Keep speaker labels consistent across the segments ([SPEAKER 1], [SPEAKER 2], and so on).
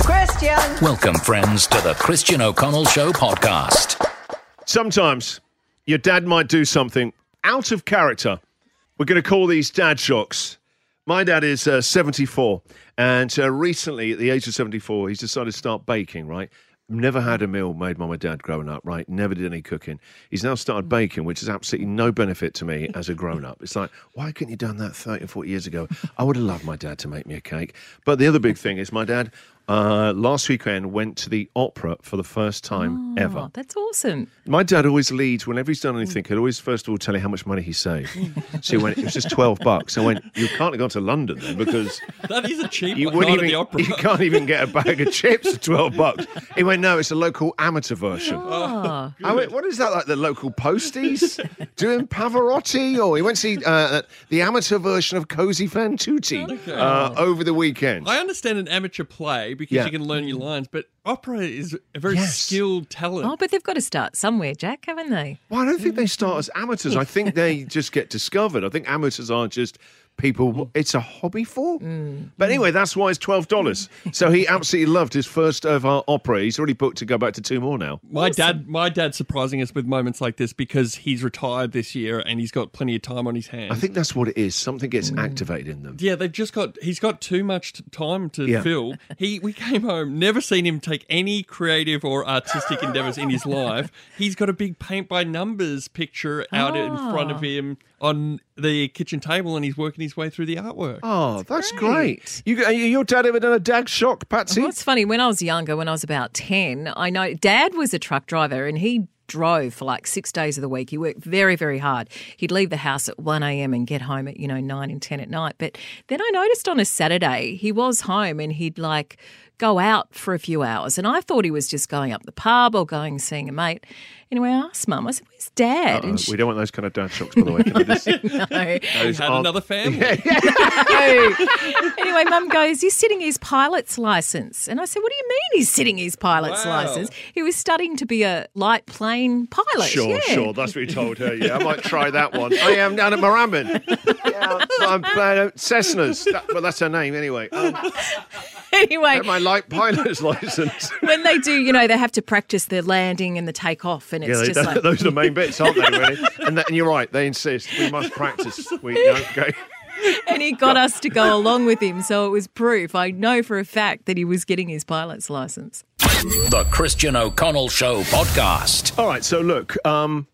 [SPEAKER 1] Christian.
[SPEAKER 2] Welcome, friends, to the Christian O'Connell Show podcast.
[SPEAKER 3] Sometimes your dad might do something out of character. We're going to call these dad shocks. My dad is uh, 74, and uh, recently, at the age of 74, he's decided to start baking, right? Never had a meal made by my dad growing up, right? Never did any cooking. He's now started baking, which is absolutely no benefit to me as a grown up. It's like, why couldn't you done that 30 or 40 years ago? I would have loved my dad to make me a cake. But the other big thing is, my dad uh, last weekend went to the opera for the first time ever.
[SPEAKER 4] Oh, that's awesome.
[SPEAKER 3] My dad always leads whenever he's done anything. He'll always first of all tell you how much money he saved. so he went, it was just twelve bucks. I went, you can't have gone to London then because
[SPEAKER 5] That is a cheap
[SPEAKER 3] you
[SPEAKER 5] one.
[SPEAKER 3] wouldn't
[SPEAKER 5] Night at
[SPEAKER 3] even
[SPEAKER 5] the opera.
[SPEAKER 3] you can't even get a bag of chips for twelve bucks. He went, no, it's a local amateur version.
[SPEAKER 4] Oh,
[SPEAKER 3] I went, what is that like? The local posties doing Pavarotti, or he went to see uh, the amateur version of Cozy Fan Tutti uh, over the weekend.
[SPEAKER 5] I understand an amateur play because
[SPEAKER 3] Yeah.
[SPEAKER 5] you can learn your lines, but opera is a very
[SPEAKER 3] Yes.
[SPEAKER 5] skilled talent.
[SPEAKER 4] oh, but they've got to start somewhere, Jack, haven't they?
[SPEAKER 3] Well, I don't think they start as amateurs. I think they just get discovered. I think amateurs are just people it's a hobby for. But anyway, that's why it's $12. So he absolutely loved his first ever opera. He's already booked to go back to two more now.
[SPEAKER 5] My dad, my dad's surprising us with moments like this because he's retired this year and he's got plenty of time on his hands.
[SPEAKER 3] I think that's what it is. Something gets activated in them.
[SPEAKER 5] yeah, they've just got. He's got too much t- time to
[SPEAKER 3] Yeah.
[SPEAKER 5] fill. He, we came home, never seen him take any creative or artistic endeavors in his life. He's got a big paint by numbers picture out in front of him on the kitchen table, and he's working his way through the artworwork.
[SPEAKER 3] Oh, that's great. You, uh, your dad ever done a dag shock, Patsy?
[SPEAKER 4] Well, it's funny. When I was younger, when I was about 10, I know dad was a truck driver and he drove for like six days of the week. He worked very, very hard. He'd leave the house at 1 a.m. and get home at, you know, 9 and 10 at night. But then I noticed on a Saturday, he was home and he'd like go out for a few hours. And I thought he was just going up the pub or going and seeing a mate. Anyway, I asked mum, I said, where's dad?
[SPEAKER 3] Uh,
[SPEAKER 4] and she,
[SPEAKER 3] we don't want those kind of dad shocks, by the way. Can we just-
[SPEAKER 5] he's had
[SPEAKER 3] aren't-
[SPEAKER 5] another family.
[SPEAKER 4] anyway, mum goes, He's sitting his pilot's license. And I said, What do you mean he's sitting his pilot's
[SPEAKER 5] Wow.
[SPEAKER 4] license? He was studying to be a light plane pilot.
[SPEAKER 3] Sure,
[SPEAKER 4] yeah.
[SPEAKER 3] sure. That's what you told her. Yeah, I might try that one. I am down at Moorabbin. Yeah, I'm uh, Cessnas. That, well, that's her name anyway. Um,
[SPEAKER 4] Anyway,
[SPEAKER 3] get my light pilot's license.
[SPEAKER 4] when they do, you know, they have to practice the landing and the takeoff. And it's
[SPEAKER 3] Yeah, they,
[SPEAKER 4] just like,
[SPEAKER 3] those are the main bits, aren't they? Really? And, that, and you're right. They insist we must practice. We don't go.
[SPEAKER 4] and he got us to go along with him. So it was proof. I know for a fact that he was getting his pilot's license.
[SPEAKER 2] The Christian O'Connell Show podcast.
[SPEAKER 3] All right. So look, um,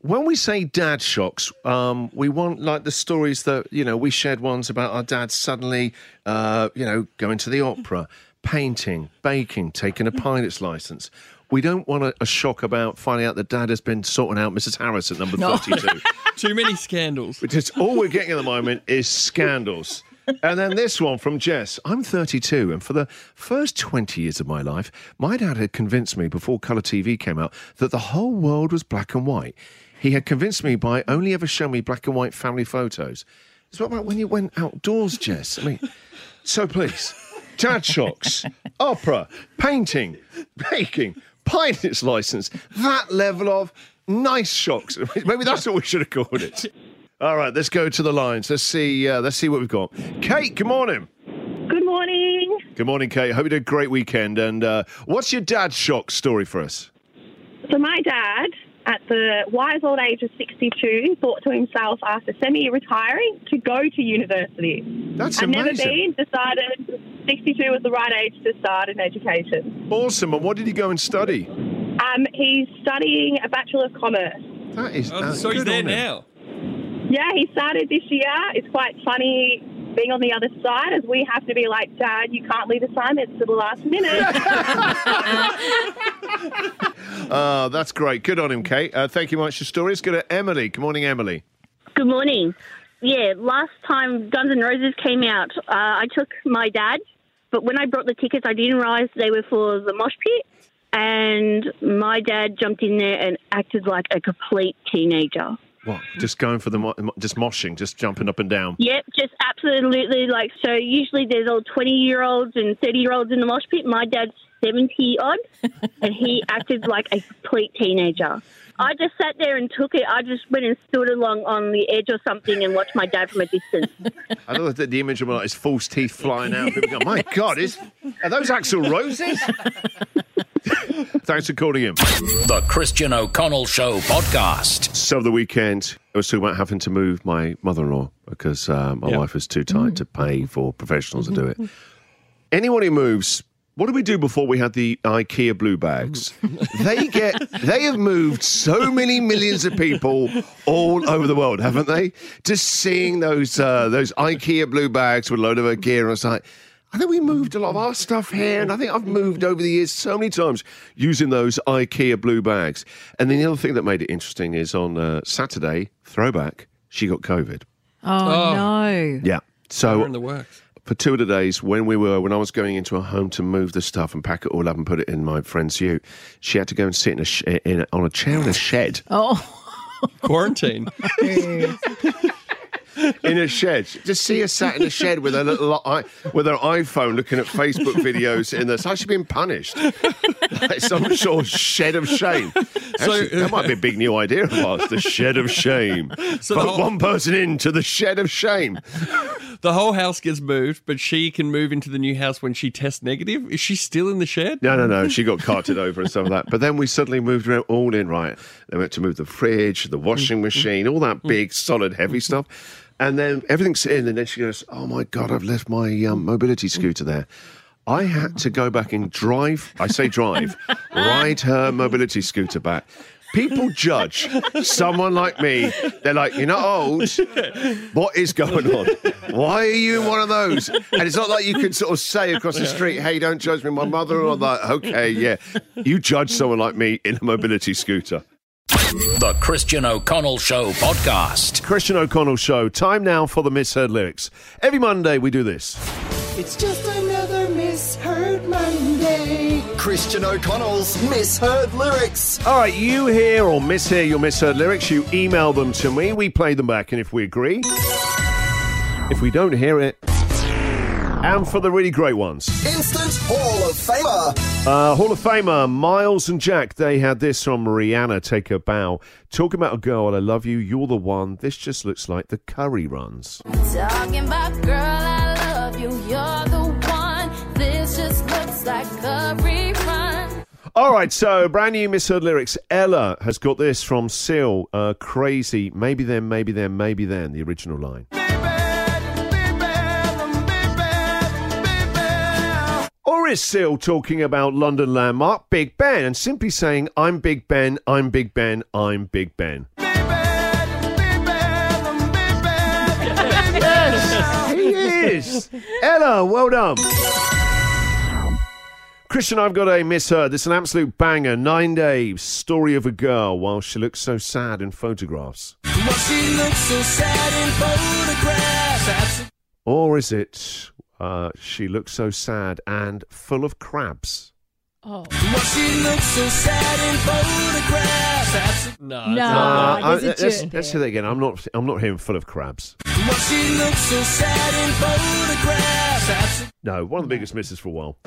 [SPEAKER 3] when we say dad shocks, um, we want like the stories that you know we shared ones about our dad suddenly, uh, you know, going to the opera, painting, baking, taking a pilot's license. We don't want a, a shock about finding out that dad has been sorting out Mrs. Harris at number thirty-two.
[SPEAKER 5] Too many scandals.
[SPEAKER 3] Because all we're getting at the moment is scandals. And then this one from Jess. I'm 32, and for the first 20 years of my life, my dad had convinced me before colour TV came out that the whole world was black and white. He had convinced me by only ever showing me black and white family photos. So what about when you went outdoors, Jess? I mean, so please, dad shocks, opera, painting, baking, pilot's license, that level of nice shocks. Maybe that's what we should have called it. All right, let's go to the lines. Let's see. Uh, let's see what we've got. Kate, good morning.
[SPEAKER 6] Good morning.
[SPEAKER 3] Good morning, Kate. Hope you had a great weekend. And uh, what's your dad shock story for us?
[SPEAKER 6] So my dad, at the wise old age of 62, thought to himself after semi-retiring to go to university.
[SPEAKER 3] That's
[SPEAKER 6] I've never
[SPEAKER 3] amazing.
[SPEAKER 6] been, decided 62 was the right age to start in education.
[SPEAKER 3] Awesome. And what did you go and study?
[SPEAKER 6] Um, he's studying a Bachelor of Commerce.
[SPEAKER 3] That is.
[SPEAKER 5] Oh,
[SPEAKER 3] uh,
[SPEAKER 5] so he's
[SPEAKER 3] good
[SPEAKER 5] there
[SPEAKER 3] on him.
[SPEAKER 5] now.
[SPEAKER 6] Yeah, he started this year. It's quite funny being on the other side as we have to be like, Dad, you can't leave assignments to the last minute.
[SPEAKER 3] Uh, that's great. Good on him, Kate. Uh, thank you much for your story. Let's go to Emily. Good morning, Emily.
[SPEAKER 7] Good morning. Yeah, last time Guns N' Roses came out, uh, I took my dad, but when I brought the tickets, I didn't realize they were for the mosh pit, and my dad jumped in there and acted like a complete teenager.
[SPEAKER 3] What? Just going for the mo- mo- just moshing, just jumping up and down.
[SPEAKER 7] Yep, just absolutely like so. Usually there's all 20 year olds and 30 year olds in the mosh pit. My dad's 70 odd, and he acted like a complete teenager. I just sat there and took it. I just went and stood along on the edge or something and watched my dad from a distance.
[SPEAKER 3] I love that the image of like his false teeth flying out. People go, "My God, is are those Axel roses?" Thanks for calling in.
[SPEAKER 2] The Christian O'Connell Show podcast.
[SPEAKER 3] So the weekend, I was talking about having to move my mother-in-law because uh, my wife was too tired to pay for professionals to do it. Anyone who moves, what did we do before we had the IKEA blue bags? they get, they have moved so many millions of people all over the world, haven't they? Just seeing those uh, those IKEA blue bags with a load of IKEA, and I was like. I think we moved a lot of our stuff here, and I think I've moved over the years so many times using those IKEA blue bags. And then the other thing that made it interesting is on uh, Saturday, throwback, she got COVID.
[SPEAKER 4] Oh,
[SPEAKER 5] Oh.
[SPEAKER 4] no.
[SPEAKER 3] Yeah.
[SPEAKER 5] We're in the
[SPEAKER 3] So
[SPEAKER 5] works.
[SPEAKER 3] for two of the days when we were when I was going into a home to move the stuff and pack it all up and put it in my friend's ute, she had to go and sit in a sh- in a, on a chair in a shed.
[SPEAKER 4] Oh,
[SPEAKER 5] Quarantine.
[SPEAKER 3] in a shed. Just see her sat in a shed with her little i- with her iPhone, looking at Facebook videos. In this, how's she being punished? like some sort of shed of shame. Actually,
[SPEAKER 5] uh,
[SPEAKER 3] that might be a big new idea of ours: the shed of shame.
[SPEAKER 5] So
[SPEAKER 3] Put
[SPEAKER 5] the whole-
[SPEAKER 3] one person into the shed of shame.
[SPEAKER 5] the whole house gets moved, but she can move into the new house when she tests negative. Is she still in the shed?
[SPEAKER 3] No, no, no. She got carted over and stuff like that. But then we suddenly moved around all in, right? They went to move the fridge, the washing machine, all that big, solid, heavy stuff. And then everything's in. And then she goes, Oh my God, I've left my um, mobility scooter there. I had to go back and drive, I say drive, ride her mobility scooter back. People judge someone like me. They're like, you're not old. What is going on? Why are you in one of those? And it's not like you can sort of say across the street, hey, don't judge me, my mother, or like, okay, yeah. You judge someone like me in a mobility scooter.
[SPEAKER 2] The Christian O'Connell Show podcast.
[SPEAKER 3] Christian O'Connell Show, time now for the misheard lyrics. Every Monday we do this.
[SPEAKER 1] It's just another misheard Monday. Christian O'Connell's misheard lyrics.
[SPEAKER 3] All right, you hear or mishear your misheard lyrics, you email them to me, we play them back, and if we agree, if we don't hear it, and for the really great ones.
[SPEAKER 1] Instant Hall of Famer.
[SPEAKER 3] Uh, Hall of Famer Miles and Jack, they had this from Rihanna, Take a Bow. Talking about a girl, I love you, you're the one. This just looks like the curry runs.
[SPEAKER 8] Talking about girl, I love you. You're the one. This just looks like a rerun.
[SPEAKER 3] All right, so brand new misheard lyrics. Ella has got this from Seal, uh, Crazy, Maybe Then, Maybe Then, Maybe Then, the original line. Or is Seal talking about London landmark Big Ben and simply saying, I'm Big Ben, I'm Big Ben, I'm Big Ben? He is. Ella, well done. Christian, I've got a misheard. It's an absolute banger. Nine days, story of a girl while she looks so sad in photographs.
[SPEAKER 1] Well, she looks so sad in photographs.
[SPEAKER 3] Or is it uh, she looks so sad and full of crabs?
[SPEAKER 1] Well, she looks so sad in photographs.
[SPEAKER 5] No.
[SPEAKER 4] no.
[SPEAKER 3] Uh, I-
[SPEAKER 4] there's a
[SPEAKER 3] let's,
[SPEAKER 4] jerk
[SPEAKER 3] let's
[SPEAKER 4] there.
[SPEAKER 3] say that again. I'm not. I'm not hearing full of crabs.
[SPEAKER 1] Well, she looks so sad in photographs.
[SPEAKER 3] No, one of the biggest misses for a while.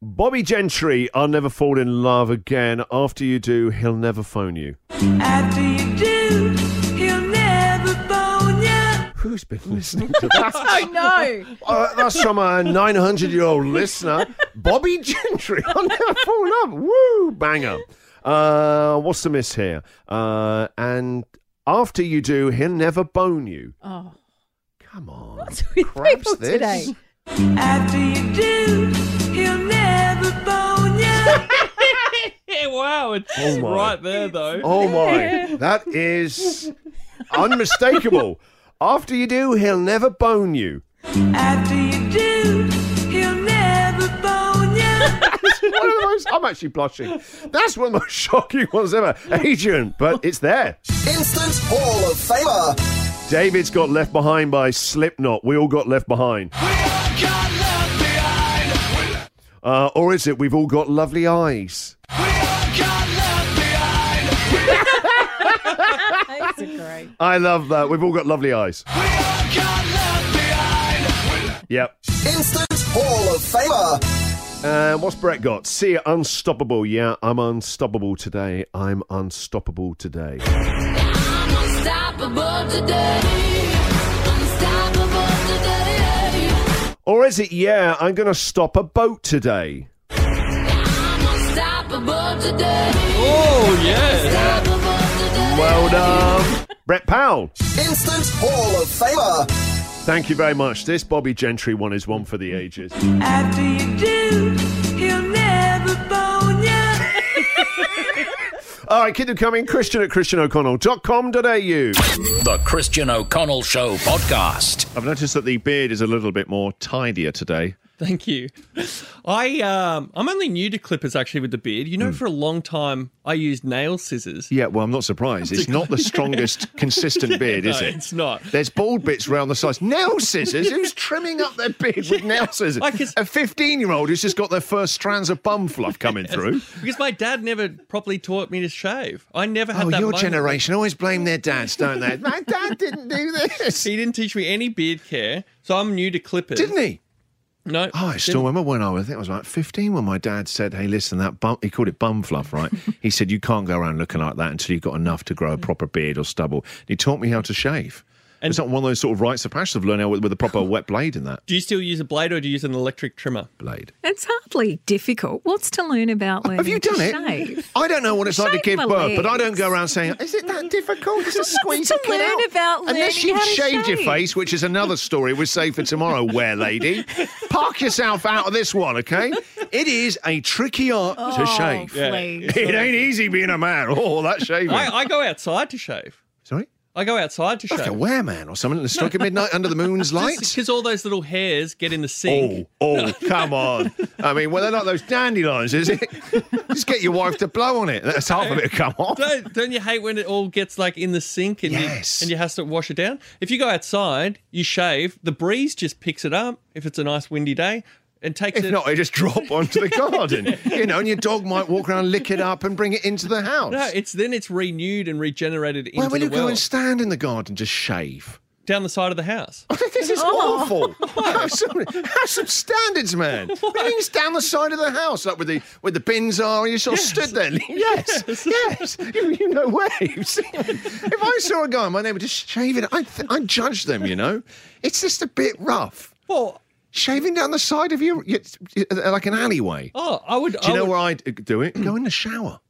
[SPEAKER 3] Bobby Gentry, I'll never fall in love again. After you do, he'll never phone you.
[SPEAKER 9] After you do, he'll never phone ya.
[SPEAKER 3] Who's been listening to that?
[SPEAKER 4] I know.
[SPEAKER 3] Uh, that's from a 900 year old listener, Bobby Gentry. I'll never fall in love. Woo, banger. Uh, what's the miss here? Uh, and after you do, he'll never bone you.
[SPEAKER 4] Oh.
[SPEAKER 3] Come on.
[SPEAKER 4] What's with
[SPEAKER 3] Crabs
[SPEAKER 4] people
[SPEAKER 3] this.
[SPEAKER 4] today?
[SPEAKER 9] After you do, he'll never phone ya.
[SPEAKER 5] Yeah, wow. It's
[SPEAKER 3] Oh my.
[SPEAKER 5] right there, though.
[SPEAKER 3] Oh my, that is unmistakable. After you do, he'll never bone you.
[SPEAKER 9] After you do, he'll never phone ya.
[SPEAKER 3] One of the most, I'm actually blushing. That's one of the most shocking ones ever. Adrian, but it's there.
[SPEAKER 1] Instant Hall of Famer.
[SPEAKER 3] David's got left behind by Slipknot. We all got left behind. Uh, or is it we've all got lovely eyes?
[SPEAKER 4] Those are great.
[SPEAKER 3] I love that. We've all got lovely eyes. Yep.
[SPEAKER 1] Instant Hall of Famer.
[SPEAKER 3] Uh, what's Brett got? See ya, unstoppable. Yeah, I'm unstoppable today. I'm unstoppable today.
[SPEAKER 8] I'm unstoppable today. Unstoppable today.
[SPEAKER 3] Or is it, yeah, I'm going to stop a boat today?
[SPEAKER 8] I'm unstoppable today.
[SPEAKER 5] Oh, yeah.
[SPEAKER 8] Unstoppable today.
[SPEAKER 3] Well done. Brett Powell.
[SPEAKER 1] Instant Hall of Famer.
[SPEAKER 3] Thank you very much. This Bobby Gentry one is one for the ages.
[SPEAKER 9] After you do, he'll never bone you.
[SPEAKER 3] All right, keep them coming. Christian at christianoconnell.com.au.
[SPEAKER 2] The Christian O'Connell Show podcast.
[SPEAKER 3] I've noticed that the beard is a little bit more tidier today.
[SPEAKER 5] Thank you. I um, I'm only new to clippers actually with the beard. You know, for a long time I used nail scissors.
[SPEAKER 3] Yeah, well, I'm not surprised. It's not the strongest consistent beard, is
[SPEAKER 5] No,
[SPEAKER 3] it?
[SPEAKER 5] It's not.
[SPEAKER 3] There's bald bits round the sides. Nail scissors? Who's trimming up their beard with nail scissors?
[SPEAKER 5] Like it's-
[SPEAKER 3] a 15 year old who's just got their first strands of bum fluff coming through.
[SPEAKER 5] Because my dad never properly taught me to shave. I never had
[SPEAKER 3] Oh,
[SPEAKER 5] that
[SPEAKER 3] your
[SPEAKER 5] moment.
[SPEAKER 3] generation always blame their dads, don't they? My dad didn't do this.
[SPEAKER 5] He didn't teach me any beard care, so I'm new to clippers.
[SPEAKER 3] Didn't he?
[SPEAKER 5] No.
[SPEAKER 3] Oh, I still
[SPEAKER 5] didn't.
[SPEAKER 3] remember when I was, I think I was like 15 when my dad said, Hey, listen, that bum, he called it bum fluff, right? he said, You can't go around looking like that until you've got enough to grow a proper beard or stubble. He taught me how to shave. And it's not one of those sort of rites of passage of learning how with, with a proper wet blade in that
[SPEAKER 5] Do you still use a blade or do you use an electric trimmer?
[SPEAKER 3] blade.
[SPEAKER 4] It's hardly difficult. What's to learn about learning
[SPEAKER 3] Have you done
[SPEAKER 4] to
[SPEAKER 3] it?
[SPEAKER 4] shave?
[SPEAKER 3] I don't know what it's like to
[SPEAKER 4] Shave
[SPEAKER 3] give
[SPEAKER 4] my
[SPEAKER 3] birth, but I don't
[SPEAKER 4] legs.
[SPEAKER 3] go around saying, "Is it that difficult?" It's just squeeze
[SPEAKER 4] to
[SPEAKER 3] a kid
[SPEAKER 4] learn
[SPEAKER 3] out.
[SPEAKER 4] about
[SPEAKER 3] Unless
[SPEAKER 4] learning
[SPEAKER 3] you've
[SPEAKER 4] how to
[SPEAKER 3] shaved your
[SPEAKER 4] shave.
[SPEAKER 3] face, which is another story we save for tomorrow. Where lady, park yourself out of this one, okay? It is a tricky art
[SPEAKER 4] Oh,
[SPEAKER 3] to shave.
[SPEAKER 4] please.
[SPEAKER 3] It ain't easy being a man. Oh, that shaving.
[SPEAKER 5] I, I go outside to shave.
[SPEAKER 3] Sorry,
[SPEAKER 5] I go outside to
[SPEAKER 3] like a
[SPEAKER 5] shave.
[SPEAKER 3] wear man or something in the stroke of midnight under the moon's light.
[SPEAKER 5] Because all those little hairs get in the sink.
[SPEAKER 3] Oh, oh, come on. I mean, well, they're not those dandelions, is it? Just get your wife to blow on it. That's half of it come off.
[SPEAKER 5] Don't, don't you hate when it all gets like in the sink and
[SPEAKER 3] Yes.
[SPEAKER 5] you and you has to wash it down? If you go outside, you shave, the breeze just picks it up if it's a nice windy day and takes
[SPEAKER 3] If
[SPEAKER 5] it.
[SPEAKER 3] not, they just drop onto the garden, you know, and your dog might walk around, lick it up, and bring it into the house.
[SPEAKER 5] no, it's then it's renewed and regenerated into
[SPEAKER 3] Why will
[SPEAKER 5] the
[SPEAKER 3] you go
[SPEAKER 5] world
[SPEAKER 3] and stand in the garden to shave?
[SPEAKER 5] down the side of the house.
[SPEAKER 3] This is
[SPEAKER 5] Oh.
[SPEAKER 3] awful. Have some, have some standards, man. Everything's down the side of the house, like with the where the bins are, and you sort of stood there. Yes, yes. You, you know waves. if I saw a guy and my neighbour just shaving, I th- I judge them. You know, it's just a bit rough.
[SPEAKER 5] Well,
[SPEAKER 3] Shaving down the side of your, your like an alleyway.
[SPEAKER 5] oh, I would.
[SPEAKER 3] Do you
[SPEAKER 5] I
[SPEAKER 3] know
[SPEAKER 5] would-
[SPEAKER 3] where I do it? Go in the shower.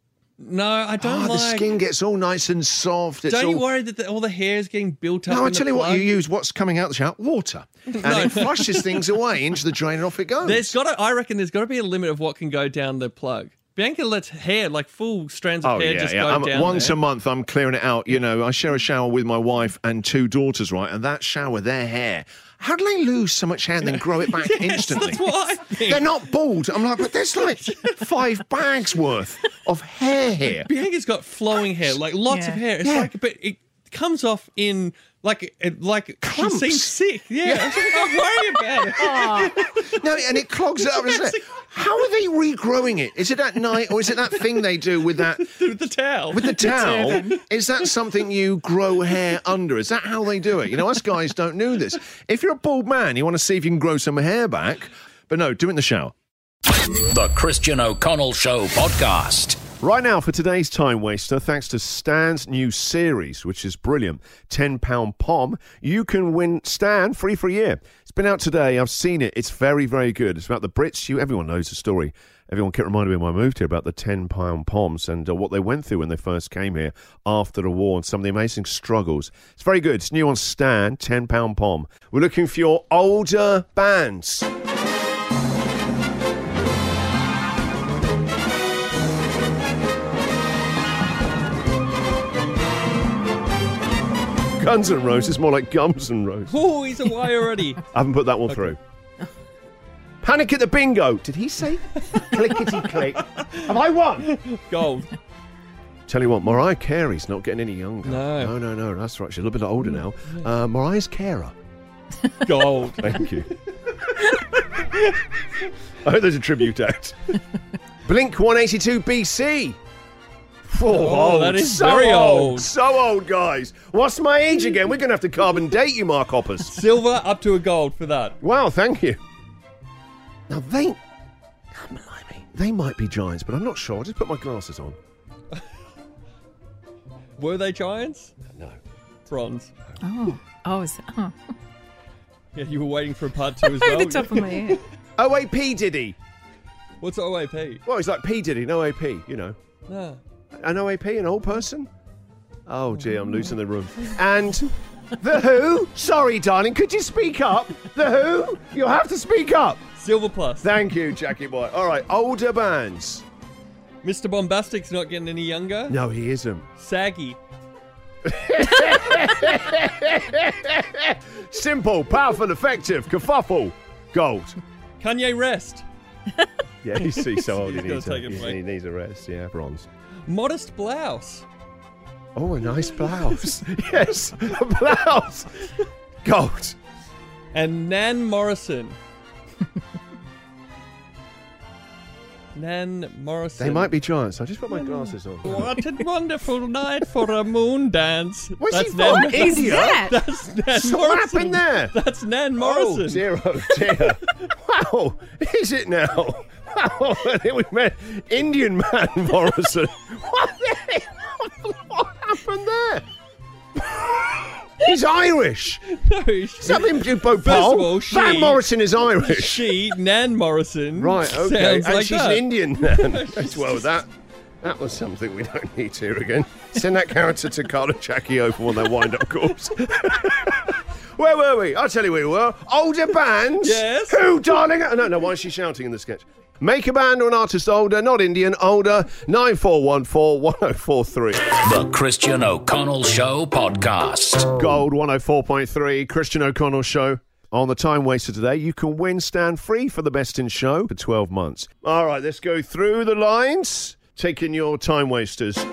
[SPEAKER 5] No, I don't
[SPEAKER 3] Oh, the
[SPEAKER 5] like.
[SPEAKER 3] skin gets all nice and soft. It's
[SPEAKER 5] don't
[SPEAKER 3] all...
[SPEAKER 5] you worry that the, all the hair is getting built up?
[SPEAKER 3] No, I
[SPEAKER 5] in the
[SPEAKER 3] tell you what,
[SPEAKER 5] plug?
[SPEAKER 3] you use what's coming out the shower, water, and it flushes things away into the drain, and off it goes.
[SPEAKER 5] There's got to, I reckon there's got to be a limit of what can go down the plug. Bianca lets hair, like full strands of
[SPEAKER 3] Oh
[SPEAKER 5] hair,
[SPEAKER 3] yeah,
[SPEAKER 5] just
[SPEAKER 3] yeah.
[SPEAKER 5] go
[SPEAKER 3] I'm-
[SPEAKER 5] down.
[SPEAKER 3] once
[SPEAKER 5] there.
[SPEAKER 3] a month, I'm clearing it out. You know, I share a shower with my wife and two daughters, right? And that shower, their hair. How do they lose so much hair and then grow it back instantly?
[SPEAKER 5] That's what I think.
[SPEAKER 3] They're not bald. I'm like, but there's like five bags worth of hair here.
[SPEAKER 5] Bianca's got flowing hair, like lots of
[SPEAKER 4] Yeah.
[SPEAKER 5] hair. It's
[SPEAKER 3] Yeah.
[SPEAKER 5] like, but it comes off in like, it, like
[SPEAKER 3] Clumps.
[SPEAKER 5] she seems sick. Yeah, That's what don't worry about it.
[SPEAKER 3] No, and it clogs it up, isn't it? How are they regrowing it? Is it at night or is it that thing they do with that
[SPEAKER 5] With the towel.
[SPEAKER 3] With the towel, is that something you grow hair under? Is that how they do it? You know, us guys don't know this. If you're a bald man, you want to see if you can grow some hair back, but no, do it in the shower.
[SPEAKER 2] The Christian O'Connell Show podcast.
[SPEAKER 3] Right now, for today's time waster, thanks to Stan's new series, which is brilliant £10 POM, you can win Stan free for a year. It's been out today. I've seen it. It's very, very good. It's about the Brits. You, Everyone knows the story. Everyone kept reminding me when I moved here about the £10 POMs and uh, what they went through when they first came here after the war and some of the amazing struggles. It's very good. It's new on Stan, £10 POM. We're looking for your older bands. Guns and Roses, more like Gums and Roses.
[SPEAKER 5] Oh, he's away already.
[SPEAKER 3] I haven't put that one through. Panic at the bingo. Did he say clickety click? Have I won?
[SPEAKER 5] Gold.
[SPEAKER 3] Tell you what, Mariah Carey's not getting any younger. no,
[SPEAKER 5] No.
[SPEAKER 3] no, no. That's right. She's a little bit older now. Uh, Mariah's carer.
[SPEAKER 5] Gold.
[SPEAKER 3] Thank you. I hope there's a tribute act. Blink 182 BC.
[SPEAKER 5] Oh, that is
[SPEAKER 3] so
[SPEAKER 5] very old.
[SPEAKER 3] So old, guys. What's my age again? We're going to have to carbon date you, Mark Hoppus.
[SPEAKER 5] Silver up to a gold for that.
[SPEAKER 3] wow, thank you. Now, they. They might be giants, but I'm not sure. I just put my glasses on.
[SPEAKER 5] Were they giants?
[SPEAKER 3] No.
[SPEAKER 5] Bronze.
[SPEAKER 4] Oh, oh, is that, oh.
[SPEAKER 5] Yeah, you were waiting for a part two as
[SPEAKER 4] over
[SPEAKER 5] well.
[SPEAKER 4] the top of my head.
[SPEAKER 3] OAP Diddy.
[SPEAKER 5] What's OAP?
[SPEAKER 3] Well, he's like P Diddy, an OAP, you know.
[SPEAKER 5] No.
[SPEAKER 3] An OAP, an old person? Oh, gee, I'm losing the room. And The Who? Sorry, darling, could you speak up? The Who? You'll have to speak up.
[SPEAKER 5] Silver plus.
[SPEAKER 3] Thank you, Jackie Boy. All right, older bands.
[SPEAKER 5] Mr. Bombastic's not getting any younger.
[SPEAKER 3] No, he isn't.
[SPEAKER 5] Saggy.
[SPEAKER 3] Simple, powerful, effective, kerfuffle, gold.
[SPEAKER 5] Kanye Rest.
[SPEAKER 3] Yeah, he's, he's so old, he,
[SPEAKER 5] He's gotta
[SPEAKER 3] needs a,
[SPEAKER 5] take a
[SPEAKER 3] he's-
[SPEAKER 5] break.
[SPEAKER 3] he needs a rest. Yeah, bronze.
[SPEAKER 5] Modest blouse.
[SPEAKER 3] Oh, a nice blouse. yes, a blouse. Gold.
[SPEAKER 5] And Nan Morrison. Nan Morrison.
[SPEAKER 3] They might be giants. I just put my glasses on.
[SPEAKER 5] What a wonderful night for a moon dance.
[SPEAKER 3] Was he
[SPEAKER 4] What is that?
[SPEAKER 5] That's Nan
[SPEAKER 3] Slap
[SPEAKER 5] Morrison.
[SPEAKER 3] in there.
[SPEAKER 5] That's Nan
[SPEAKER 3] Oh,
[SPEAKER 5] Morrison.
[SPEAKER 3] dear, oh dear. wow, is it now? Wow, I think we met Indian Man Morrison. what, the hell? what happened there? He's Irish.
[SPEAKER 5] No, she,
[SPEAKER 3] Something to Bhopal.
[SPEAKER 5] of all, she-
[SPEAKER 3] Van Morrison is Irish.
[SPEAKER 5] she, Nan Morrison.
[SPEAKER 3] Right, okay.
[SPEAKER 5] Mm. Sounds
[SPEAKER 3] And
[SPEAKER 5] like
[SPEAKER 3] she's
[SPEAKER 5] that.
[SPEAKER 3] an Indian then. As well, that that was something we don't need here again. Send that character to Carl and Jackie over on their wind up course. Where were we? I'll tell you where we were. Older bands.
[SPEAKER 5] Yes.
[SPEAKER 3] Who, darling? I don't know why is she shouting in the sketch. Make a band or an artist older, not Indian, older, 9414 1043.
[SPEAKER 2] The Christian O'Connell Show Podcast.
[SPEAKER 3] Gold 104.3, Christian O'Connell Show. On the time waster today, you can win stand free for the best in show for 12 months. All right, let's go through the lines, taking your time wasters.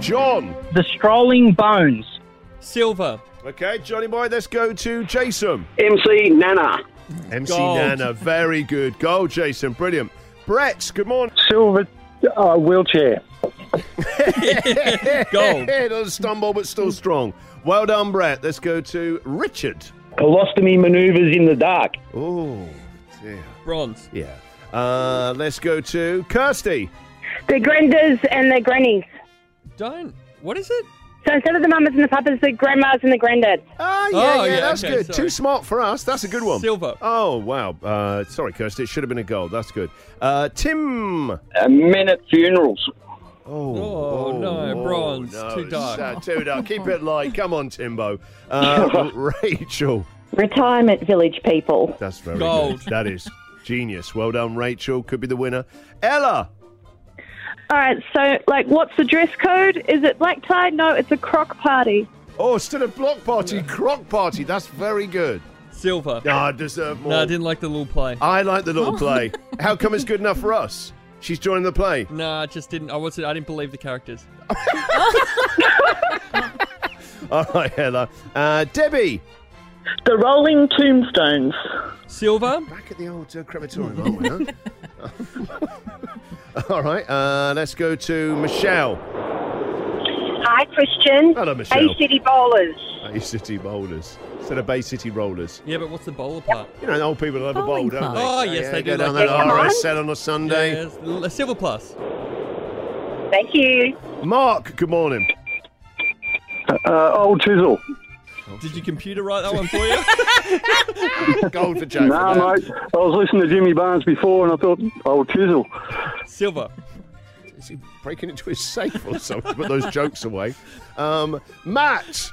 [SPEAKER 3] John.
[SPEAKER 10] The Strolling Bones.
[SPEAKER 5] Silver.
[SPEAKER 3] Okay, Johnny boy, let's go to Jason.
[SPEAKER 10] MC Nana.
[SPEAKER 3] MC
[SPEAKER 5] Gold.
[SPEAKER 3] Nana, very good. Gold, Jason, brilliant. Brett, good morning.
[SPEAKER 10] Silver uh, Wheelchair.
[SPEAKER 5] Gold.
[SPEAKER 3] Does stumble, but still strong. Well done, Brett. Let's go to Richard.
[SPEAKER 10] Colostomy Maneuvers in the Dark.
[SPEAKER 3] Oh, dear.
[SPEAKER 5] Bronze.
[SPEAKER 3] Yeah. Uh, let's go to Kirsty.
[SPEAKER 6] The granders and the grannies.
[SPEAKER 5] Don't. What is it?
[SPEAKER 6] So instead of the mamas and the papas, the grandmas and the granddads.
[SPEAKER 3] Ah, yeah,
[SPEAKER 5] Oh,
[SPEAKER 3] yeah,
[SPEAKER 5] yeah,
[SPEAKER 3] that's
[SPEAKER 5] okay,
[SPEAKER 3] good.
[SPEAKER 5] sorry.
[SPEAKER 3] Too smart for us. That's a good one.
[SPEAKER 5] Silver.
[SPEAKER 3] Oh, wow. Uh, sorry, Kirsty. It should have been a gold. That's good. Uh, Tim. Oh,
[SPEAKER 10] Men at Funerals.
[SPEAKER 5] Oh, no, bronze. Too dark.
[SPEAKER 3] sad, too dark. Keep it light. Come on, Timbo. Uh, Rachel.
[SPEAKER 6] Retirement village people.
[SPEAKER 3] That's very
[SPEAKER 5] Gold.
[SPEAKER 3] good. That is genius. Well done, Rachel. Could be the winner. Ella.
[SPEAKER 6] All right, so like, what's the dress code? Is it black tie? No, it's a croc party.
[SPEAKER 3] Oh, instead of block party, croc party. That's very good.
[SPEAKER 5] Silver.
[SPEAKER 3] No, I deserve more.
[SPEAKER 5] No, I didn't Oh. like the little play.
[SPEAKER 3] I like the little play. How come it's good enough for us? She's joining the play.
[SPEAKER 5] No, I just didn't. I wasn't. I didn't believe the characters.
[SPEAKER 3] All right, Ella. Uh, Debbie.
[SPEAKER 7] The Rolling Tombstones.
[SPEAKER 5] Silver.
[SPEAKER 3] Back at the old uh, crematorium, aren't we? huh? All right, uh, let's go to Michelle.
[SPEAKER 6] Hi, Christian.
[SPEAKER 3] Hello, Michelle.
[SPEAKER 6] City Bowlers.
[SPEAKER 3] Bay City Bowlers. Instead of Bay City Rollers.
[SPEAKER 5] Yeah, but what's the bowler part?
[SPEAKER 3] You know, the old people love a bowl,
[SPEAKER 4] Bowling
[SPEAKER 3] don't they?
[SPEAKER 5] club. Oh, yes, they do
[SPEAKER 3] Go down
[SPEAKER 5] like
[SPEAKER 3] there
[SPEAKER 5] that.
[SPEAKER 3] to RSL on a Sunday.
[SPEAKER 5] Yeah, it's l- silver plus.
[SPEAKER 6] Thank you.
[SPEAKER 3] Mark, good morning.
[SPEAKER 10] Uh, old Chisel.
[SPEAKER 5] Did you computer write that one for you?
[SPEAKER 3] Gold for Joe.
[SPEAKER 10] No, mate. I was listening to Jimmy Barnes before and I thought, old Chisel.
[SPEAKER 5] silver.
[SPEAKER 3] Is he breaking into his safe or something? Put those jokes away. Um, Matt.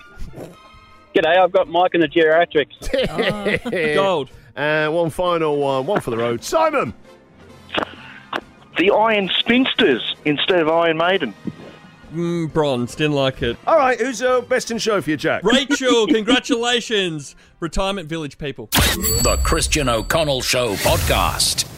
[SPEAKER 10] G'day, I've got Mike and the Geriatrics.
[SPEAKER 5] Ah, Gold.
[SPEAKER 3] And one final one, one for the road. Simon.
[SPEAKER 10] The Iron Spinsters instead of Iron Maiden.
[SPEAKER 5] Mm, bronze. Didn't like it.
[SPEAKER 3] All right, who's uh, best in show for you, Jack?
[SPEAKER 5] Rachel, congratulations. Retirement village people.
[SPEAKER 2] The Christian O'Connell Show Podcast.